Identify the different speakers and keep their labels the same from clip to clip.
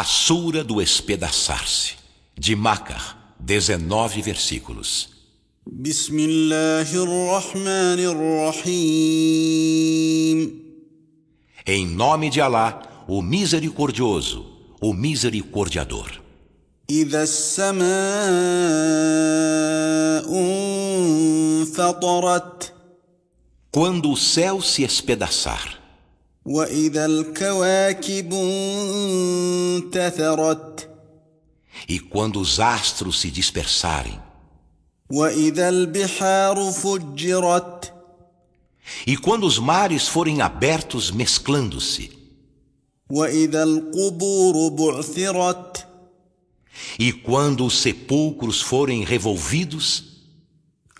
Speaker 1: A Sura do Espedaçar-se, de Macar, 19 versículos.
Speaker 2: بسم الله الرحمن الرحيم
Speaker 1: Em nome de Alá, o Misericordioso, o Misericordiador.
Speaker 2: إذا السماء انفطرت
Speaker 1: Quando o céu se espedaçar,
Speaker 2: وإذا الكواكب انتثرت
Speaker 1: e quando os astros se dispersarem,
Speaker 2: وإذا البحار فجرت
Speaker 1: e quando os mares forem abertos mesclando-se,
Speaker 2: وإذا القبور بعثرت
Speaker 1: e quando os sepulcros forem revolvidos,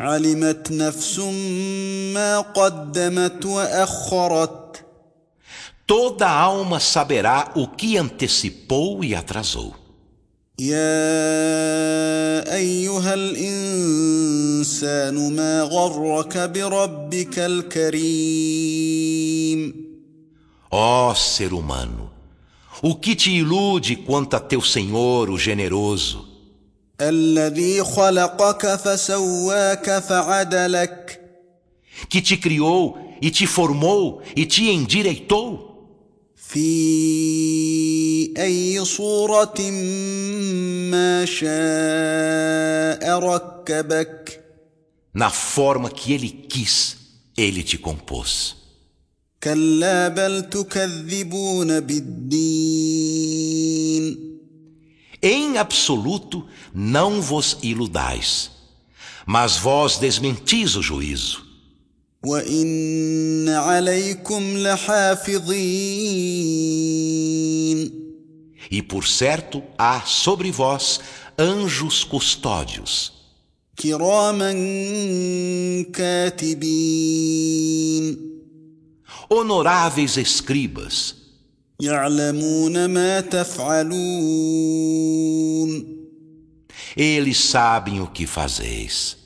Speaker 2: علمت نفس ما قدمت وأخرت
Speaker 1: toda alma saberá o que antecipou e atrasou.
Speaker 2: يا أيها الإنسان ما غرك بربك الكريم
Speaker 1: Ó ser humano, o que te ilude quanto a teu Senhor, o generoso,
Speaker 2: الذي خلقك فسواك فعدلك
Speaker 1: que te criou e te formou e te endireitou?
Speaker 2: في أي صورة ما شاء ركبك
Speaker 1: Na forma que ele quis, ele te compôs.
Speaker 2: كلا بل تكذبون بالدين
Speaker 1: Em absoluto, não vos iludais, mas vós desmentis o juízo.
Speaker 2: وإن عليكم لحافظين
Speaker 1: E por certo há sobre vós anjos custódios,
Speaker 2: كراما كاتبين
Speaker 1: honoráveis escribas,
Speaker 2: يعلمون ما تفعلون
Speaker 1: eles sabem o que fazeis.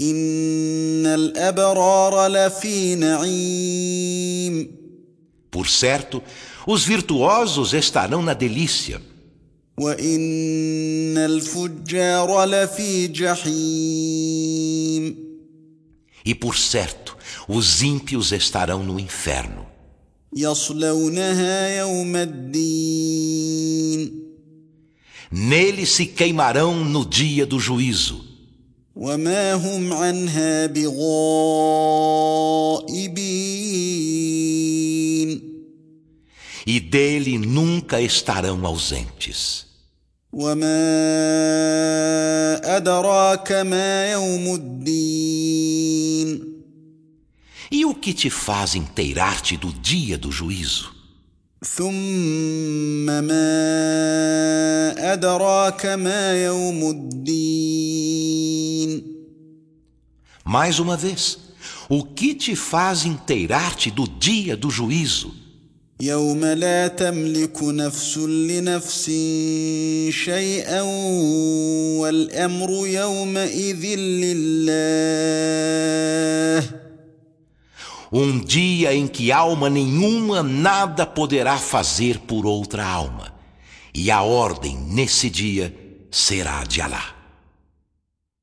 Speaker 2: إن الأبرار لفي نعيم
Speaker 1: Por certo, os virtuosos estarão na delícia,
Speaker 2: وإن الفجار لفي جحيم
Speaker 1: e por certo, os ímpios estarão no inferno.
Speaker 2: يصلونها يوم الدين
Speaker 1: Nele se queimarão no dia do juízo,
Speaker 2: وما هم عنها بغائبين
Speaker 1: e dele nunca estarão ausentes.
Speaker 2: وما أدراك ما يوم الدين
Speaker 1: E o que te faz inteirar-te do dia do juízo?
Speaker 2: ثم ما أدراك ما يوم الدين
Speaker 1: Mais uma vez, o que te faz inteirar-te do dia do juízo?
Speaker 2: يوم لا تملك نفس لنفس شيئا والأمر يومئذ لله
Speaker 1: Um dia em que alma nenhuma nada poderá fazer por outra alma, e a ordem nesse dia será de Alá.